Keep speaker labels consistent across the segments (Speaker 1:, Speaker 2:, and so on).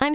Speaker 1: I'm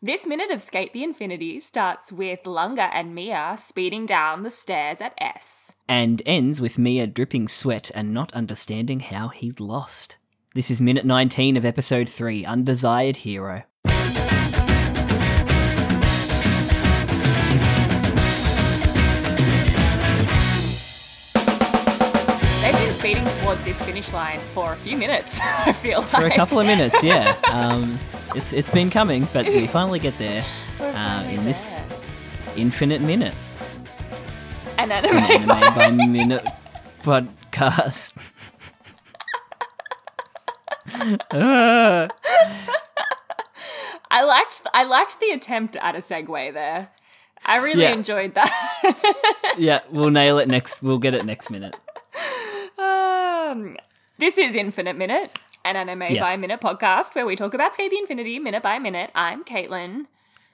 Speaker 2: This minute of Skate the Infinity starts with Lunga and Mia speeding down the stairs at S.
Speaker 3: and ends with Mia dripping sweat and not understanding how he lost. This is minute 19 of episode 3 Undesired Hero.
Speaker 2: They've been speeding towards this finish line for a few minutes, I feel like.
Speaker 3: For a couple of minutes, yeah. Um, it's, it's been coming, but we finally get there um, in this infinite minute.
Speaker 2: An
Speaker 3: An
Speaker 2: anime.
Speaker 3: anime by minute podcast.
Speaker 2: I liked I liked the attempt at a segue there. I really
Speaker 3: Yeah.
Speaker 2: enjoyed that.
Speaker 3: yeah, we'll nail it next. We'll get it next minute.
Speaker 2: Um, this is Infinite Minute, an anime
Speaker 3: Yes.
Speaker 2: by minute podcast where we talk about Skate the Infinity minute by minute. I'm Caitlin.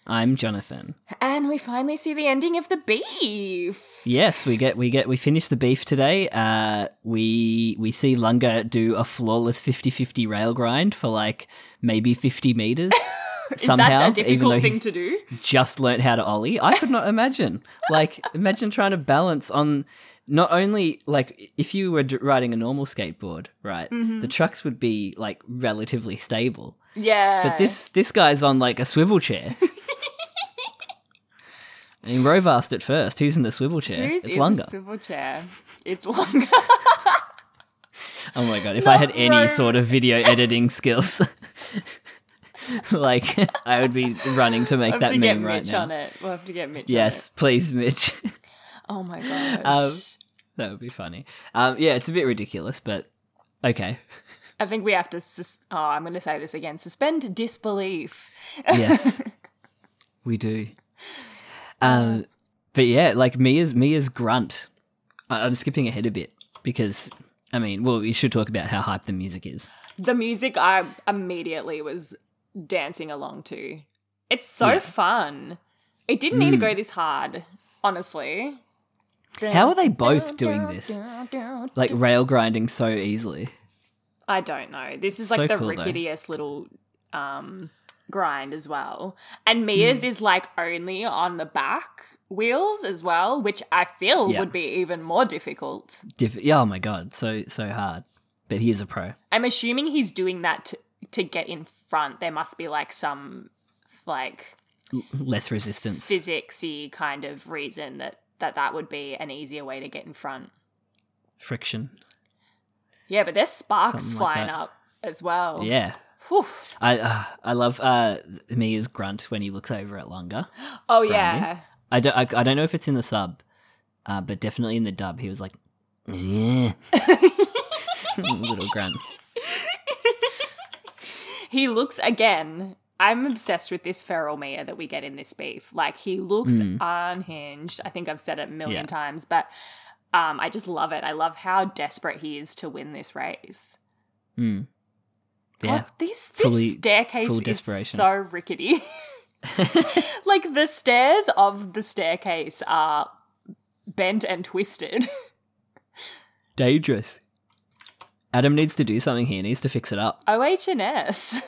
Speaker 3: I'm Jonathan.
Speaker 2: And we finally see the ending of the beef.
Speaker 3: Yes, we get we get we finish the beef today. Uh, we we see Lunga do a flawless 50-50 rail grind for like maybe fifty meters.
Speaker 2: Is
Speaker 3: somehow,
Speaker 2: that a
Speaker 3: even though
Speaker 2: difficult thing
Speaker 3: he's
Speaker 2: to do?
Speaker 3: just learnt how to ollie. I could not imagine. like imagine trying to balance on not only like if you were d- riding a normal skateboard, right?
Speaker 2: Mm-hmm.
Speaker 3: The trucks would be like relatively stable,
Speaker 2: Yeah.
Speaker 3: but this this guy's on like a swivel chair. I mean, Rovast at first. Who's in the swivel chair?
Speaker 2: Who's
Speaker 3: it's
Speaker 2: in
Speaker 3: Lunga.
Speaker 2: the swivel chair? It's Lunga.
Speaker 3: Oh my god, if I had
Speaker 2: Not
Speaker 3: any
Speaker 2: Rome.
Speaker 3: sort of video editing skills, like I would be running to make
Speaker 2: we'll have
Speaker 3: that
Speaker 2: to
Speaker 3: meme
Speaker 2: get
Speaker 3: right
Speaker 2: Mitch
Speaker 3: now.
Speaker 2: on it. We'll have to get Mitch
Speaker 3: Yes, please, Mitch.
Speaker 2: on it. Oh my gosh.
Speaker 3: Um, that would be funny. Um, yeah, it's a bit ridiculous, but okay.
Speaker 2: I think we have to. Sus- oh, I'm going to say this again. Suspend disbelief.
Speaker 3: Yes, we do. Um, but yeah, like Mia's Mia's grunt. I- I'm skipping ahead a bit because I mean, well, we should talk about how hype the music is.
Speaker 2: The music I immediately was dancing along to. It's so fun. It didn't need to go this hard, honestly.
Speaker 3: Mm. How are they both doing this? Like rail grinding so easily.
Speaker 2: I don't know. This is
Speaker 3: So
Speaker 2: like the
Speaker 3: cool, though.
Speaker 2: ricketiest little um, grind as well. And Mia's
Speaker 3: Hmm.
Speaker 2: is like only on the back wheels as well, which I feel
Speaker 3: Yeah.
Speaker 2: would be even more difficult.
Speaker 3: Diff- yeah, oh my god, so so hard. But he is a pro.
Speaker 2: I'm assuming he's doing that to, to get in front. There must be like some like
Speaker 3: Less resistance.
Speaker 2: physicsy kind of reason that that that would be an easier way to get in front.
Speaker 3: Friction.
Speaker 2: Yeah, but there's sparks
Speaker 3: Something like
Speaker 2: flying
Speaker 3: that.
Speaker 2: up as well.
Speaker 3: Yeah.
Speaker 2: Whew.
Speaker 3: I uh, I love uh, Mia's grunt when he looks over at Lunga.
Speaker 2: Oh yeah.
Speaker 3: I don't I, I don't know if it's in the sub, uh, but definitely in the dub he was like, yeah, little grunt.
Speaker 2: He looks again. I'm obsessed with this feral Mia that we get in this beef. Like he looks unhinged. I think I've said it a million
Speaker 3: Mm. Yeah.
Speaker 2: times, but um, I just love it. I love how desperate he is to win this race.
Speaker 3: Mm. Yeah.
Speaker 2: God, this this
Speaker 3: Fully-
Speaker 2: staircase
Speaker 3: full
Speaker 2: is
Speaker 3: desperation.
Speaker 2: so rickety. like the stairs of the staircase are bent and twisted.
Speaker 3: Dangerous. Adam needs to do something here. He needs to fix it up.
Speaker 2: OHS.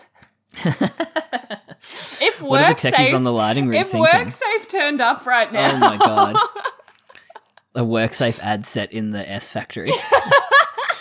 Speaker 2: if
Speaker 3: What are
Speaker 2: work
Speaker 3: the techies
Speaker 2: safe,
Speaker 3: on the lighting room
Speaker 2: if
Speaker 3: thinking?
Speaker 2: work safe turned up right now,
Speaker 3: Oh my god. A worksafe ad set in the S factory.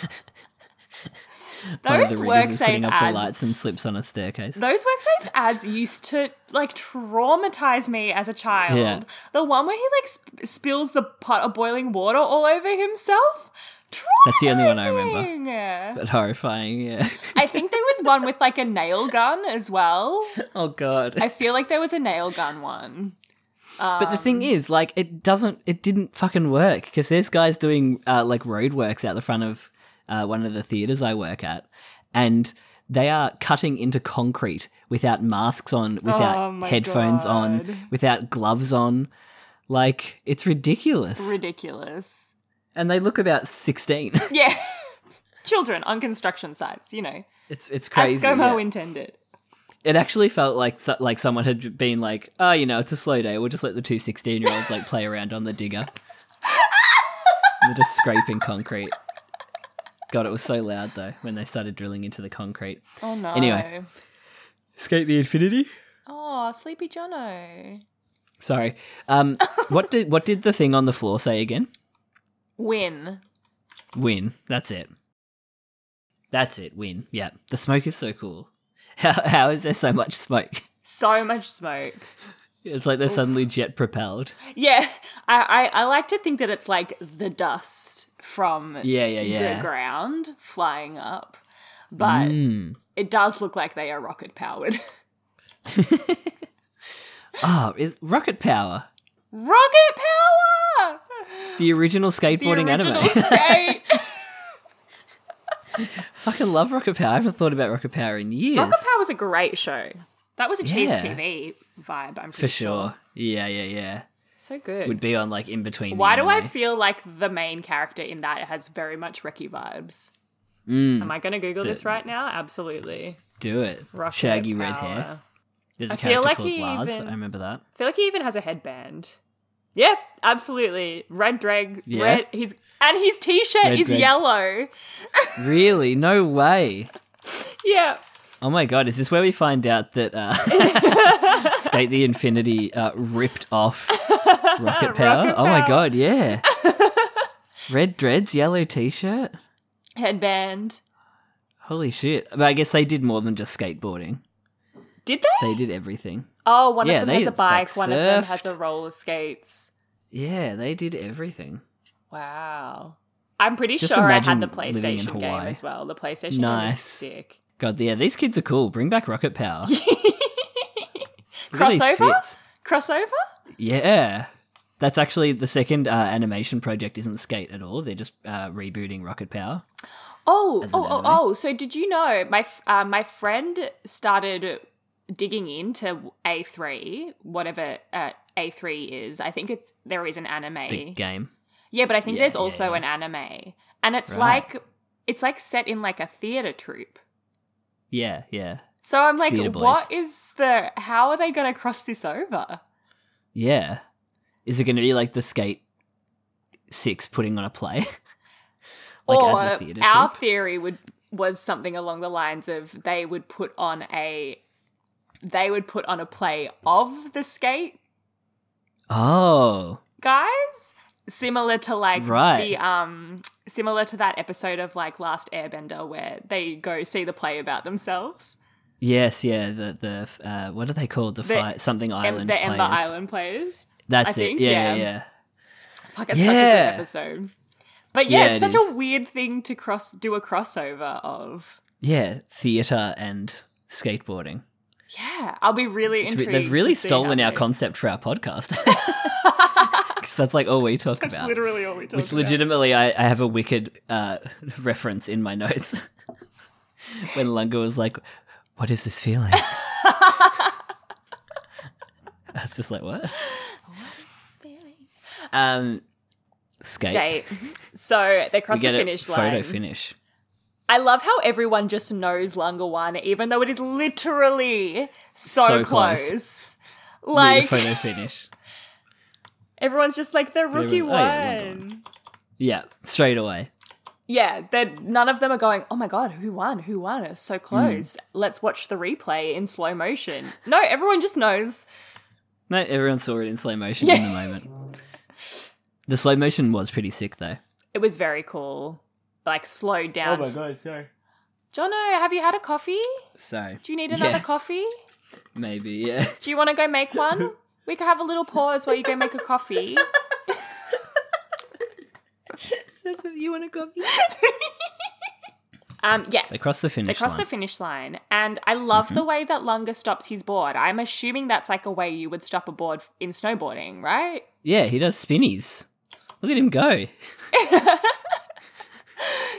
Speaker 3: One of
Speaker 2: Those
Speaker 3: the riggers is
Speaker 2: WorkSafe
Speaker 3: putting up the
Speaker 2: ads-
Speaker 3: lights and slips on a staircase.
Speaker 2: Those WorkSafe ads used to like traumatize me as a child.
Speaker 3: Yeah.
Speaker 2: The one where he like sp- spills the pot of boiling water all over himself.
Speaker 3: That's the only one I remember.
Speaker 2: Traumatizing.
Speaker 3: But horrifying, yeah.
Speaker 2: I think there was one with like a nail gun as well.
Speaker 3: oh god.
Speaker 2: I feel like there was a nail gun one.
Speaker 3: but the
Speaker 2: Um,
Speaker 3: thing is, like, it doesn't, it didn't fucking work because there's guys doing uh, like roadworks out the front of uh, one of the theaters I work at, and they are cutting into concrete without masks on, without
Speaker 2: Oh my
Speaker 3: headphones
Speaker 2: God.
Speaker 3: on, without gloves on. Like it's ridiculous.
Speaker 2: Ridiculous.
Speaker 3: and they look about 16.
Speaker 2: Yeah. Children on construction sites, you know.
Speaker 3: it's it's
Speaker 2: As
Speaker 3: crazy.
Speaker 2: ScoMo
Speaker 3: yeah.
Speaker 2: intended.
Speaker 3: it actually felt like so- like someone had been like, "Oh, you know, it's a slow day. We'll just let the two 16-year-olds like play around on the digger." And they're just scraping concrete. God, it was so loud though when they started drilling into the concrete.
Speaker 2: Oh no.
Speaker 3: Anyway. Skate the infinity.
Speaker 2: Oh, Sleepy Jono.
Speaker 3: Sorry. Um, what did what did the thing on the floor say again?
Speaker 2: Win.
Speaker 3: Win. That's it. That's it. Win. Yeah. The smoke is so cool. How how is there so much smoke?
Speaker 2: So much smoke.
Speaker 3: It's like they're suddenly jet propelled.
Speaker 2: Yeah, I, I, I like to think that it's like the dust from
Speaker 3: Yeah, yeah, yeah.
Speaker 2: the ground flying up, but
Speaker 3: Mm.
Speaker 2: it does look like they are rocket powered.
Speaker 3: Oh, is rocket power.
Speaker 2: rocket power!
Speaker 3: The original
Speaker 2: The
Speaker 3: skateboarding
Speaker 2: original
Speaker 3: anime.
Speaker 2: skate.
Speaker 3: Fucking love Rocket Power. I haven't thought about Rocket Power in years.
Speaker 2: rocket power was a great show. That was a cheese
Speaker 3: Yeah.
Speaker 2: TV vibe. I'm pretty
Speaker 3: for sure. Yeah, yeah, yeah.
Speaker 2: So good.
Speaker 3: Would be on like in between. the
Speaker 2: Why do I
Speaker 3: anime.
Speaker 2: feel like the main character in that has very much Reki vibes?
Speaker 3: Mm.
Speaker 2: Am I going to Google this right now? Absolutely.
Speaker 3: do it?
Speaker 2: Rocket
Speaker 3: Shaggy red
Speaker 2: power.
Speaker 3: hair. There's a
Speaker 2: I feel
Speaker 3: character
Speaker 2: like
Speaker 3: called
Speaker 2: he
Speaker 3: Lars.
Speaker 2: even-
Speaker 3: I remember that.
Speaker 2: I feel like he even has a headband. Yep, absolutely. Red drag.
Speaker 3: Yeah.
Speaker 2: Red. He's and his t-shirt
Speaker 3: Red
Speaker 2: is
Speaker 3: drag.
Speaker 2: yellow.
Speaker 3: Really? No way.
Speaker 2: Yeah.
Speaker 3: Oh my god! Is this where we find out that uh, Skate the Infinity uh, ripped off Rocket Power? oh my
Speaker 2: Power.
Speaker 3: god! Yeah. Red dreads, yellow t-shirt.
Speaker 2: Headband.
Speaker 3: Holy shit! But I guess they did more than just skateboarding.
Speaker 2: Did they?
Speaker 3: They did everything.
Speaker 2: Oh, one
Speaker 3: Yeah,
Speaker 2: of them
Speaker 3: they,
Speaker 2: has a
Speaker 3: like,
Speaker 2: bike, one of them has
Speaker 3: surfed.
Speaker 2: a roller skates.
Speaker 3: Yeah, they did everything.
Speaker 2: Wow. I'm pretty
Speaker 3: Just
Speaker 2: sure I had the
Speaker 3: imagine living in
Speaker 2: PlayStation game
Speaker 3: Hawaii.
Speaker 2: as well. The PlayStation game is
Speaker 3: Nice.
Speaker 2: sick.
Speaker 3: God, yeah, these kids are cool. Bring back Rocket Power. Look at these
Speaker 2: Crossover?
Speaker 3: fits.
Speaker 2: Crossover?
Speaker 3: Yeah. That's actually the second uh, animation project isn't Skate at all. They're just uh, rebooting Rocket Power.
Speaker 2: Oh,
Speaker 3: as an
Speaker 2: oh, oh,
Speaker 3: anime.
Speaker 2: oh! So did you know my f- uh, my friend started digging into A three, whatever uh, A three is. I think it's there is an anime.
Speaker 3: The game.
Speaker 2: Yeah, but I think
Speaker 3: Yeah,
Speaker 2: there's
Speaker 3: yeah,
Speaker 2: also
Speaker 3: yeah.
Speaker 2: an anime, and it's
Speaker 3: Right.
Speaker 2: like it's like set in like a theater troupe.
Speaker 3: Yeah, yeah.
Speaker 2: So I'm like,
Speaker 3: Theater boys.
Speaker 2: what is the? How are they going to cross this over?
Speaker 3: Yeah. Is it going to be like the Skate 6 putting on a play? like
Speaker 2: or
Speaker 3: as a theatre
Speaker 2: our
Speaker 3: troupe?
Speaker 2: theory would was something along the lines of they would put on a they would put on a play of the skate
Speaker 3: Oh.
Speaker 2: guys similar to like
Speaker 3: Right.
Speaker 2: the um similar to that episode of like last airbender where they go see the play about themselves
Speaker 3: Yes, yeah. The, the uh, what are they called? The,
Speaker 2: The
Speaker 3: fi- something
Speaker 2: Em-
Speaker 3: island
Speaker 2: the
Speaker 3: players.
Speaker 2: ember island players
Speaker 3: That's
Speaker 2: I
Speaker 3: it.
Speaker 2: think,
Speaker 3: yeah,
Speaker 2: yeah.
Speaker 3: yeah, yeah.
Speaker 2: fuck it's such a
Speaker 3: Yeah.
Speaker 2: good episode but yeah,
Speaker 3: Yeah,
Speaker 2: it's
Speaker 3: it
Speaker 2: such
Speaker 3: is.
Speaker 2: a weird thing to cross do a crossover of
Speaker 3: Yeah, theatre and skateboarding.
Speaker 2: yeah i'll be really
Speaker 3: It's re-
Speaker 2: intrigued
Speaker 3: they've really
Speaker 2: to see
Speaker 3: stolen
Speaker 2: how
Speaker 3: our
Speaker 2: they-
Speaker 3: concept for our podcast. Because that's like all we talk about.
Speaker 2: literally all we talk
Speaker 3: Which
Speaker 2: about.
Speaker 3: legitimately, I, I have a wicked uh, reference in my notes when Lunga was like, "What is this feeling?" I was just like, "What?" Um, skate.
Speaker 2: Skate. so they
Speaker 3: We
Speaker 2: cross the
Speaker 3: get a
Speaker 2: finish line
Speaker 3: photo finish.
Speaker 2: I love how everyone just knows Lunga One, even though it is literally so,
Speaker 3: So
Speaker 2: close.
Speaker 3: close. Need a
Speaker 2: Like
Speaker 3: photo finish.
Speaker 2: everyone's just like the rookie
Speaker 3: oh
Speaker 2: one.
Speaker 3: yeah, Lunga Yeah, straight away.
Speaker 2: Yeah, that none of them are going. Oh my god, who won? Who won? It's so close. Let's watch the replay in slow motion. No, everyone just knows.
Speaker 3: No, everyone saw it in slow motion in the moment. The slow motion was pretty sick though.
Speaker 2: It was very cool. Like slowed down. Oh my god, sorry. Jono, have you had a coffee?
Speaker 3: So
Speaker 2: Do you need another
Speaker 3: Yeah.
Speaker 2: coffee?
Speaker 3: maybe yeah.
Speaker 2: Do you want to go make one? We could have a little pause while you go make a coffee.
Speaker 3: you want to go?
Speaker 2: Um, yes.
Speaker 3: They cross the finish
Speaker 2: They cross
Speaker 3: line. Mm-hmm.
Speaker 2: the finish line, and I love the way that Lunga stops his board. I'm assuming that's like a way you would stop a board f- in snowboarding, right?
Speaker 3: yeah, he does spinnies. Look at him go.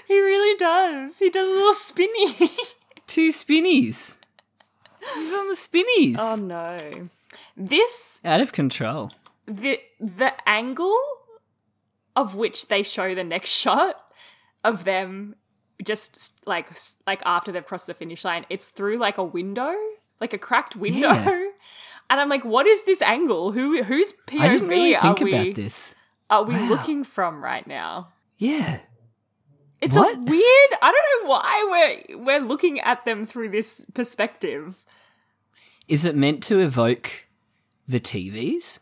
Speaker 2: He really does. He does a little spinny.
Speaker 3: two spinnies. He's on the spinnies.
Speaker 2: Oh no. This
Speaker 3: Out of control.
Speaker 2: the the angle of which they show the next shot of them just like like after they've crossed the finish line it's through like a window like a cracked window
Speaker 3: Yeah.
Speaker 2: and i'm like what is this angle who whose pov
Speaker 3: I didn't really think
Speaker 2: are we
Speaker 3: about this.
Speaker 2: are we
Speaker 3: Wow.
Speaker 2: looking from right now
Speaker 3: Yeah.
Speaker 2: it's
Speaker 3: What?
Speaker 2: a weird i don't know why we're we're looking at them through this perspective
Speaker 3: Is it meant to evoke the TVs?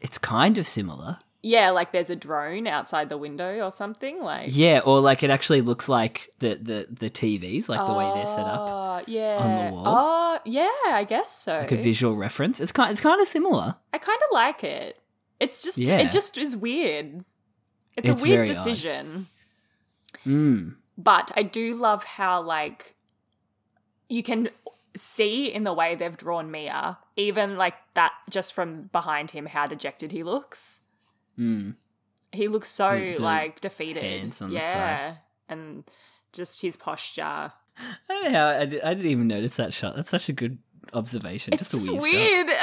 Speaker 3: It's kind of similar.
Speaker 2: yeah like there's a drone outside the window or something like
Speaker 3: Yeah, or like it actually looks like the the, the TVs, like the way they're set up.
Speaker 2: Oh, yeah.
Speaker 3: wall.
Speaker 2: Oh, yeah, I guess so.
Speaker 3: Like a visual reference. It's kind it's kind of similar.
Speaker 2: I kind of like it. It's just
Speaker 3: Yeah.
Speaker 2: it just is weird. It's,
Speaker 3: It's
Speaker 2: a
Speaker 3: very
Speaker 2: weird
Speaker 3: odd.
Speaker 2: decision,
Speaker 3: Mm.
Speaker 2: but I do love how like you can see in the way they've drawn Mia, even like that just from behind him how dejected he looks.
Speaker 3: Mm.
Speaker 2: He looks so
Speaker 3: The- the
Speaker 2: like defeated.
Speaker 3: hands on the
Speaker 2: yeah.
Speaker 3: side.
Speaker 2: And just his posture.
Speaker 3: I don't know how I, did, not even notice that shot. That's such a good observation.
Speaker 2: It's
Speaker 3: Just a weird, shot.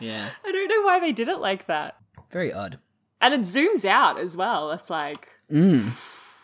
Speaker 2: weird.
Speaker 3: Yeah.
Speaker 2: I don't know why they did it like that.
Speaker 3: Very odd.
Speaker 2: And it zooms out as well. It's like
Speaker 3: Mm.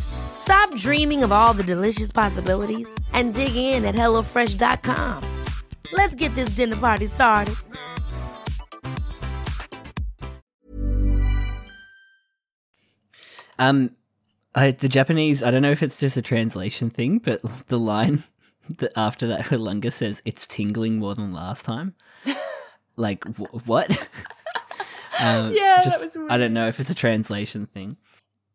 Speaker 4: Stop dreaming of all the delicious possibilities and dig in at HelloFresh.com. Let's get this dinner party started.
Speaker 3: Um, I, the Japanese. I don't know if it's just a translation thing, but the line that after that Holunga says it's tingling more than last time. like wh- what? um,
Speaker 2: Yeah, that was
Speaker 3: I don't know if it's a translation thing.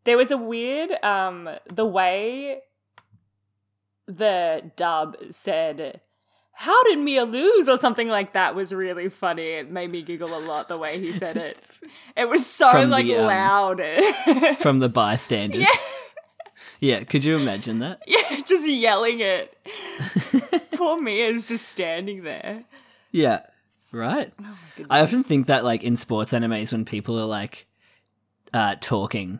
Speaker 2: there was a weird um the way the dub said how did Mia lose or something like that was really funny. It made me giggle a lot the way he said it. It was so
Speaker 3: From
Speaker 2: like
Speaker 3: the, um,
Speaker 2: loud. yeah,
Speaker 3: From the bystanders. Yeah. could you imagine that?
Speaker 2: just yelling it. Poor Mia is just standing there.
Speaker 3: Yeah, right. I often think that, like in sports animes, when people are like uh, talking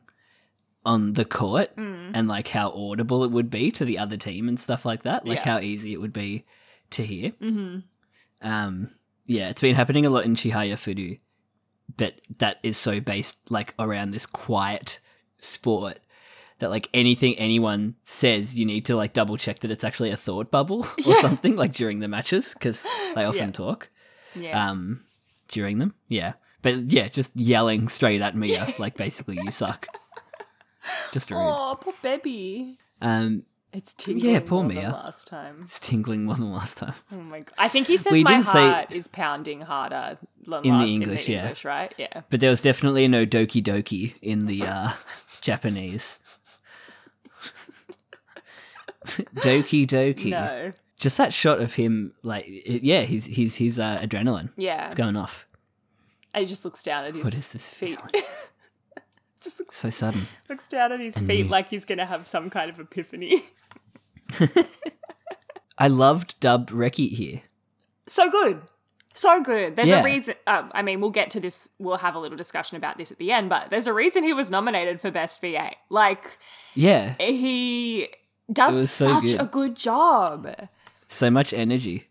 Speaker 3: on the court and like how audible it would be to the other team and stuff like that, like
Speaker 2: Yeah.
Speaker 3: how easy it would be to hear. Mm-hmm. Um, yeah, it's been happening a lot in Chihaya Furu, but that is so based like around this quiet sport. That like anything anyone says, you need to like double check that it's actually a thought bubble or something like during the matches because they often talk
Speaker 2: Yeah.
Speaker 3: um during them. Yeah. But yeah, just yelling straight at Mia, like basically you suck. Just rude.
Speaker 2: oh, poor baby.
Speaker 3: Um
Speaker 2: It's tingling.
Speaker 3: Yeah, poor
Speaker 2: more than
Speaker 3: Mia.
Speaker 2: Last time.
Speaker 3: it's tingling more than last time.
Speaker 2: Oh my god! I think he says
Speaker 3: We
Speaker 2: my
Speaker 3: didn't say-
Speaker 2: heart is pounding harder than
Speaker 3: In the
Speaker 2: last
Speaker 3: English,
Speaker 2: in
Speaker 3: yeah.
Speaker 2: the English, right? Yeah.
Speaker 3: But there was definitely no doki doki in the uh Japanese. doki doki.
Speaker 2: No.
Speaker 3: Just that shot of him like it- yeah, he's he's he's uh, adrenaline.
Speaker 2: Yeah.
Speaker 3: It's going off.
Speaker 2: He just looks down at his
Speaker 3: What is this
Speaker 2: feet.
Speaker 3: feeling?
Speaker 2: just looks,
Speaker 3: So sudden.
Speaker 2: looks down at his feet like he's going to have some kind of epiphany.
Speaker 3: I loved dub Reki here.
Speaker 2: So good. So good. There's
Speaker 3: Yeah.
Speaker 2: a reason. Um, I mean, we'll get to this. We'll have a little discussion about this at the end, but there's a reason he was nominated for Best VA. Like,
Speaker 3: Yeah.
Speaker 2: he
Speaker 3: It
Speaker 2: does
Speaker 3: was so
Speaker 2: such
Speaker 3: good.
Speaker 2: a good job.
Speaker 3: So much energy.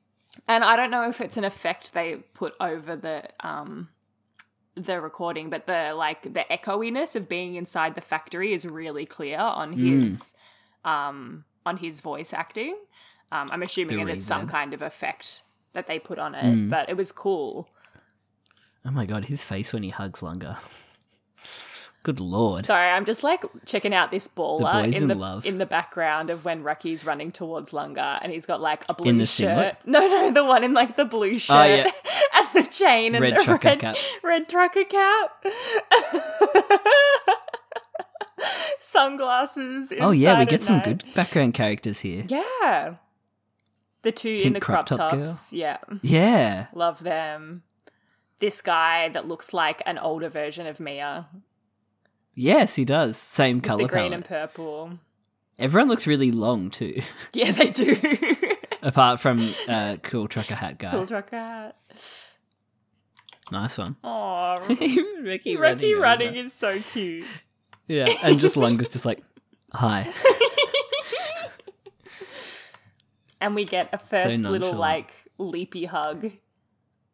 Speaker 2: And I don't know if it's an effect they put over the um the recording, but the like the echoiness of being inside the factory is really clear on his um on his voice acting. Um, I'm assuming
Speaker 3: The
Speaker 2: that it's some
Speaker 3: reverb.
Speaker 2: kind of effect that they put on it, but it was cool.
Speaker 3: Oh my god, his face when he hugs Lunga. Good lord.
Speaker 2: Sorry, I'm just like checking out this baller
Speaker 3: boy's
Speaker 2: in,
Speaker 3: in
Speaker 2: the
Speaker 3: love.
Speaker 2: in the background of when Rucky's running towards Lunga and he's got like a blue
Speaker 3: In the
Speaker 2: shirt.
Speaker 3: singlet? Oh,
Speaker 2: No, no, the one in like the blue shirt
Speaker 3: yeah.
Speaker 2: and the chain and
Speaker 3: Red
Speaker 2: the
Speaker 3: trucker
Speaker 2: red
Speaker 3: cap.
Speaker 2: red trucker cap. Sunglasses.
Speaker 3: oh yeah, we
Speaker 2: inside
Speaker 3: get
Speaker 2: at
Speaker 3: some
Speaker 2: night.
Speaker 3: good background characters here.
Speaker 2: Yeah. The two in
Speaker 3: Pink
Speaker 2: the crop,
Speaker 3: crop top girl.
Speaker 2: tops. Yeah.
Speaker 3: Yeah.
Speaker 2: Love them. This guy that looks like an older version of Mia.
Speaker 3: Yes, he does. Same
Speaker 2: with
Speaker 3: color
Speaker 2: the green
Speaker 3: palette.
Speaker 2: and purple.
Speaker 3: Everyone looks really long too,
Speaker 2: Yeah, they do.
Speaker 3: apart from uh, cool trucker hat guy.
Speaker 2: Cool trucker hat.
Speaker 3: Nice one.
Speaker 2: Aw,
Speaker 3: Ricky,
Speaker 2: Rocky
Speaker 3: over.
Speaker 2: running is so cute.
Speaker 3: Yeah, and just Lunga's just like, hi.
Speaker 2: And we get a first little
Speaker 3: nonchalant.
Speaker 2: like leapy hug.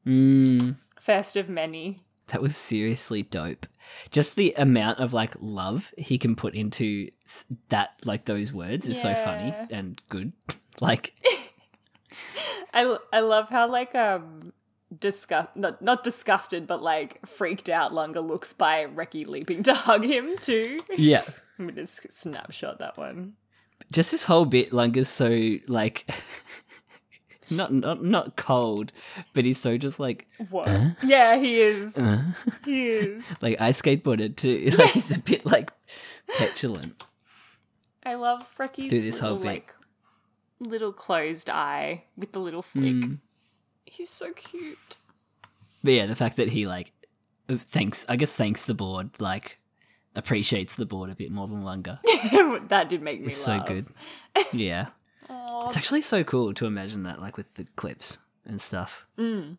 Speaker 3: Mm,
Speaker 2: First of many.
Speaker 3: that was seriously dope. Just the amount of like love he can put into s- that, like those words, is so funny
Speaker 2: Yeah.
Speaker 3: and good. Like,
Speaker 2: I, I love how like um disgust not not disgusted but like freaked out Lunga looks by Reki leaping to hug him too.
Speaker 3: yeah.
Speaker 2: I'm gonna s- snapshot that one.
Speaker 3: Just this whole bit, Lunga's so like, not not not cold, but he's so just like
Speaker 2: What? Yeah, he is. He is.
Speaker 3: like I skateboarded too. Like he's a bit like petulant.
Speaker 2: I love Ricky's
Speaker 3: Through this
Speaker 2: little,
Speaker 3: whole bit.
Speaker 2: like little closed eye with the little flick.
Speaker 3: Mm.
Speaker 2: He's so cute.
Speaker 3: But yeah, the fact that he like thanks, I guess thanks the board, like appreciates the board a bit more than Lunga.
Speaker 2: that did make me
Speaker 3: It's so
Speaker 2: laugh.
Speaker 3: good. Yeah,
Speaker 2: Aw,
Speaker 3: it's actually so cool to imagine that, like with the clips and stuff.
Speaker 2: mm.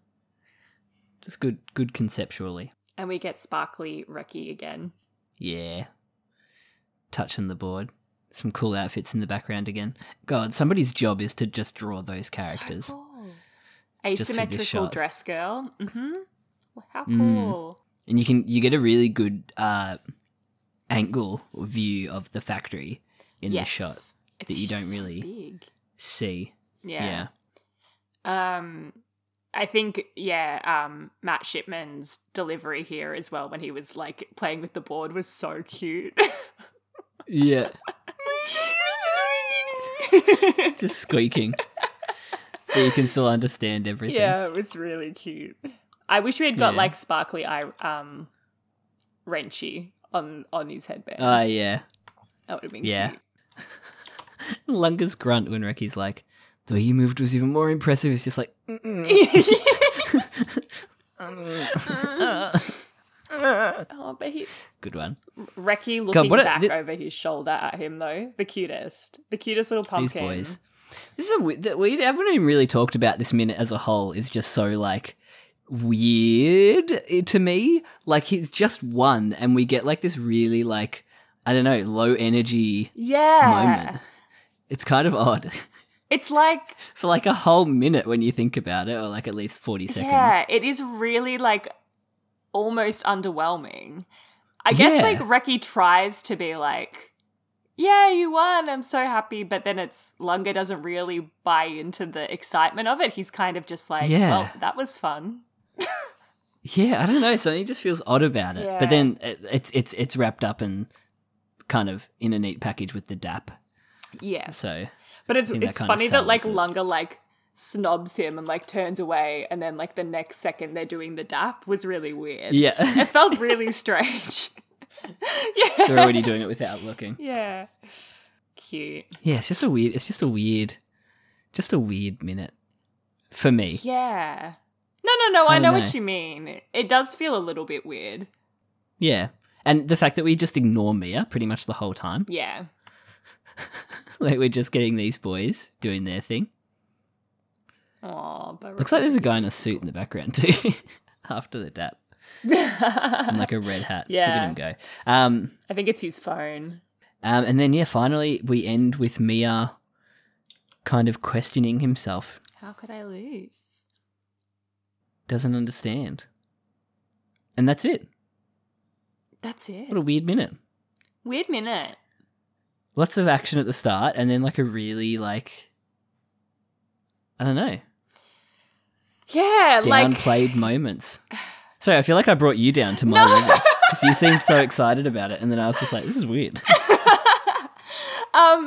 Speaker 3: Just good, good conceptually.
Speaker 2: And we get sparkly Ricky again.
Speaker 3: Yeah, touching the board. Some cool outfits in the background again. God, somebody's job is to just draw those characters. Just for this
Speaker 2: Asymmetrical
Speaker 3: shot.
Speaker 2: dress girl. Mm-hmm. How
Speaker 3: Mm.
Speaker 2: cool.
Speaker 3: and you can you get a really good uh angle or view of the factory in
Speaker 2: yes.
Speaker 3: the shot
Speaker 2: It's
Speaker 3: that you don't
Speaker 2: so
Speaker 3: really-
Speaker 2: big.
Speaker 3: see
Speaker 2: Yeah. Um I think yeah, um Matt Shipman's delivery here as well when he was like playing with the board was so cute.
Speaker 3: yeah just squeaking but you can still understand everything
Speaker 2: yeah, it was really cute. I wish we had got
Speaker 3: Yeah.
Speaker 2: like sparkly eye um wrenchy on on his headband.
Speaker 3: oh yeah
Speaker 2: that would have been
Speaker 3: yeah
Speaker 2: cute.
Speaker 3: lunga's grunt when ricky's like the way you moved was even more impressive it's just like
Speaker 2: Oh, but he
Speaker 3: good one
Speaker 2: Reki looking
Speaker 3: what a-
Speaker 2: back
Speaker 3: thi-
Speaker 2: over his shoulder at him though. The cutest. The cutest little
Speaker 3: these
Speaker 2: pumpkin.
Speaker 3: boys this is a we, that we haven't even really talked about this minute as a whole is just so like weird eh, to me like he's just one and we get like this really like i don't know low energy
Speaker 2: Yeah.
Speaker 3: moment it's kind of odd
Speaker 2: It's like
Speaker 3: for like a whole minute when you think about it or like at least 40 seconds
Speaker 2: Yeah, it is really like almost underwhelming. I guess
Speaker 3: Yeah.
Speaker 2: like Reki tries to be like, yeah, you won, I'm so happy, but then it's Lunga doesn't really buy into the excitement of it. He's kind of just like,
Speaker 3: Yeah.
Speaker 2: well, that was fun.
Speaker 3: yeah i don't know something just feels odd about it
Speaker 2: Yeah.
Speaker 3: but then it, it's it's it's wrapped up and kind of in a neat package with the dap
Speaker 2: Yes.
Speaker 3: so
Speaker 2: but it's
Speaker 3: think that
Speaker 2: it's
Speaker 3: kinda
Speaker 2: funny that like
Speaker 3: sells it.
Speaker 2: Lunga like snobs him and like turns away and then like the next second they're doing the dap was really weird.
Speaker 3: yeah
Speaker 2: It felt really strange. yeah.
Speaker 3: they're already doing it without looking
Speaker 2: Yeah. Cute.
Speaker 3: Yeah, it's just a weird. It's just a weird, just a weird minute for me. Oh,
Speaker 2: Yeah. No, no, no. I,
Speaker 3: I
Speaker 2: know,
Speaker 3: don't
Speaker 2: what
Speaker 3: know.
Speaker 2: you mean. It does feel a little bit weird.
Speaker 3: Yeah, and the fact that we just ignore Mia pretty much the whole time,
Speaker 2: Yeah.
Speaker 3: like we're just getting these boys doing their thing.
Speaker 2: Oh, but
Speaker 3: Looks like there's a guy in a suit in the background too, after the dap, and like a red hat. Look
Speaker 2: Yeah.
Speaker 3: at him go. Um,
Speaker 2: I think it's his phone.
Speaker 3: um, and then yeah, finally we end with Mia, kind of questioning himself.
Speaker 2: How could I lose?
Speaker 3: Doesn't understand, and that's it.
Speaker 2: That's it.
Speaker 3: What a weird minute.
Speaker 2: Weird minute.
Speaker 3: lots of action at the start and then like a really like i don't know
Speaker 2: Yeah, like
Speaker 3: downplayed moments Sorry, I feel like I brought you down to my level because you seemed so excited about it, and then I was just like, "This is weird."
Speaker 2: No,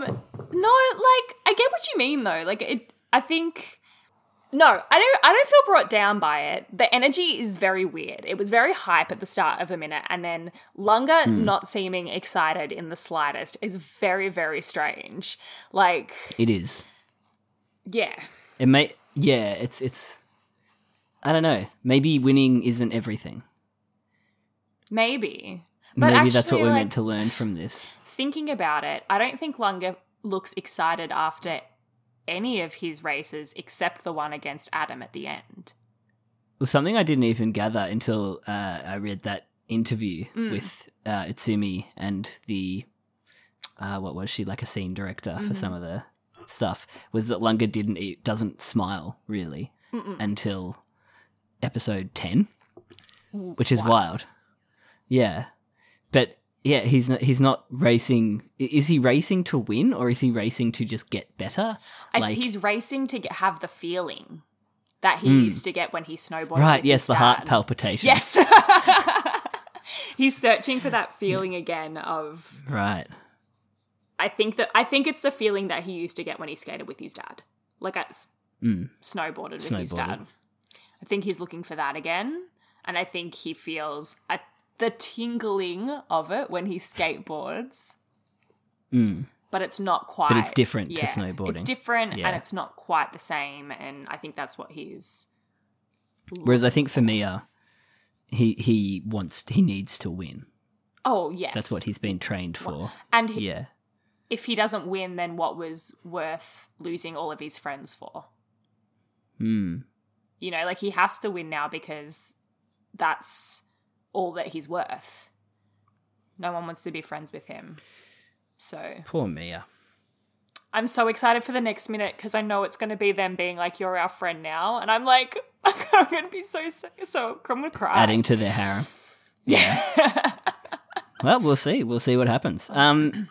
Speaker 2: like I get what you mean though. Like it I think no, I don't I don't feel brought down by it. The energy is very weird. It was very hype at the start of the minute and then Lunga
Speaker 3: Hmm.
Speaker 2: not seeming excited in the slightest is very very strange. Like
Speaker 3: it is.
Speaker 2: yeah.
Speaker 3: It may. Yeah, it's it's. I don't know. Maybe winning isn't everything.
Speaker 2: Maybe. But
Speaker 3: Maybe
Speaker 2: actually,
Speaker 3: that's what we're
Speaker 2: like,
Speaker 3: meant to learn from this.
Speaker 2: thinking about it, I don't think Lunga looks excited after any of his races except the one against Adam at the end.
Speaker 3: Well, something I didn't even gather until uh, I read that interview
Speaker 2: Mm.
Speaker 3: with uh, Itsumi and the uh, what was she like a scene director for some
Speaker 2: Mm-hmm.
Speaker 3: of the stuff was that Lunga didn't eat, doesn't smile really until episode ten, which is wild. Yeah, but yeah, he's not, he's not racing. i- Is he racing to win or is he racing to just get better?
Speaker 2: I,
Speaker 3: Like-
Speaker 2: he's racing to get, have the feeling that he used to get when he snowboarded.
Speaker 3: Hmm. right.
Speaker 2: with
Speaker 3: Yes,
Speaker 2: his
Speaker 3: the heart
Speaker 2: dad.
Speaker 3: palpitation.
Speaker 2: Yes. he's searching for that feeling again of
Speaker 3: Right.
Speaker 2: I think that I think it's the feeling that he used to get when he skated with his dad. Like I s- snowboarded with his
Speaker 3: Mm. Snowboarded.
Speaker 2: dad. I think he's looking for that again, and I think he feels a, the tingling of it when he skateboards. But it's not quite.
Speaker 3: Mm. it's different to
Speaker 2: It's
Speaker 3: snowboarding.
Speaker 2: different,
Speaker 3: Yeah.
Speaker 2: and it's not quite the same. And I think that's what he's.
Speaker 3: Whereas I think for Mia, he he wants he needs to win.
Speaker 2: Oh yes,
Speaker 3: That's what he's been trained for.
Speaker 2: And he,
Speaker 3: Yeah,
Speaker 2: if he doesn't win, then what was worth losing all of his friends for?
Speaker 3: mm,
Speaker 2: You know, like he has to win now because that's all that he's worth. No one wants to be friends with him. So
Speaker 3: poor Mia.
Speaker 2: I'm so excited for the next minute because I know it's going to be them being like, "You're our friend now," and I'm like, I'm going to be so so. so I'm going to cry.
Speaker 3: Adding to their harem. Yeah. well, we'll see. We'll see what happens. Um,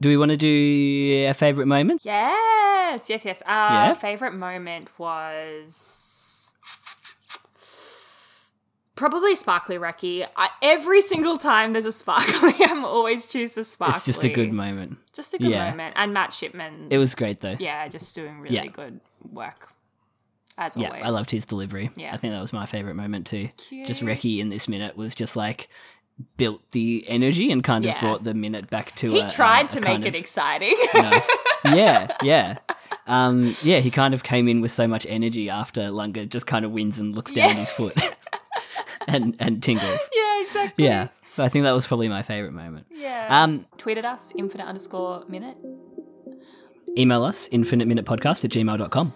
Speaker 3: do we want to do our favorite moment?
Speaker 2: Yes, yes, yes. Our
Speaker 3: Yeah?
Speaker 2: favorite moment was probably Sparkly Reki. I, every single time there's a Sparkly, I'm always choose the Sparkly.
Speaker 3: It's just a good moment.
Speaker 2: Just a good
Speaker 3: yeah.
Speaker 2: moment. And Matt Shipman,
Speaker 3: It was great though.
Speaker 2: yeah, just doing really
Speaker 3: Yeah.
Speaker 2: good work as
Speaker 3: Yeah,
Speaker 2: always.
Speaker 3: I loved his delivery.
Speaker 2: Yeah.
Speaker 3: I think that was my favorite moment too. Just
Speaker 2: Cute.
Speaker 3: Reki in this minute was just like built the energy and kind of
Speaker 2: Yeah.
Speaker 3: brought the minute back to.
Speaker 2: He
Speaker 3: a- a-
Speaker 2: tried
Speaker 3: uh, a
Speaker 2: to
Speaker 3: kind
Speaker 2: make it
Speaker 3: of-
Speaker 2: exciting.
Speaker 3: nice. Yeah, yeah. Um, yeah, he kind of came in with so much energy after Lunga just kind of wins and looks down at his foot and and tingles.
Speaker 2: yeah, exactly.
Speaker 3: Yeah. But I think that was probably my favorite moment.
Speaker 2: Yeah.
Speaker 3: Um,
Speaker 2: Tweeted us, infinite underscore minute.
Speaker 3: email us, infiniteminutepodcast at gmail.com.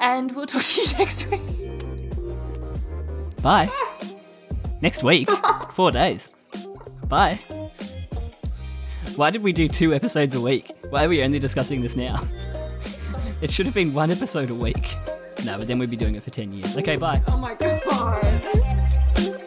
Speaker 2: And we'll talk to you next week.
Speaker 3: Bye. Next week, four days. Bye. Why did we do two episodes a week? Why are we only discussing this now? it should have been one episode a week. No, but then we'd be doing it for 10 years. Okay, bye.
Speaker 2: Oh my god.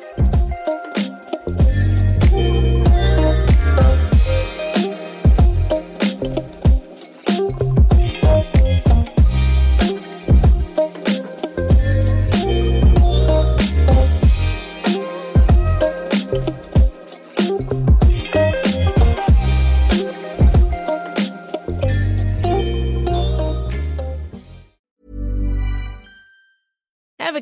Speaker 4: Ever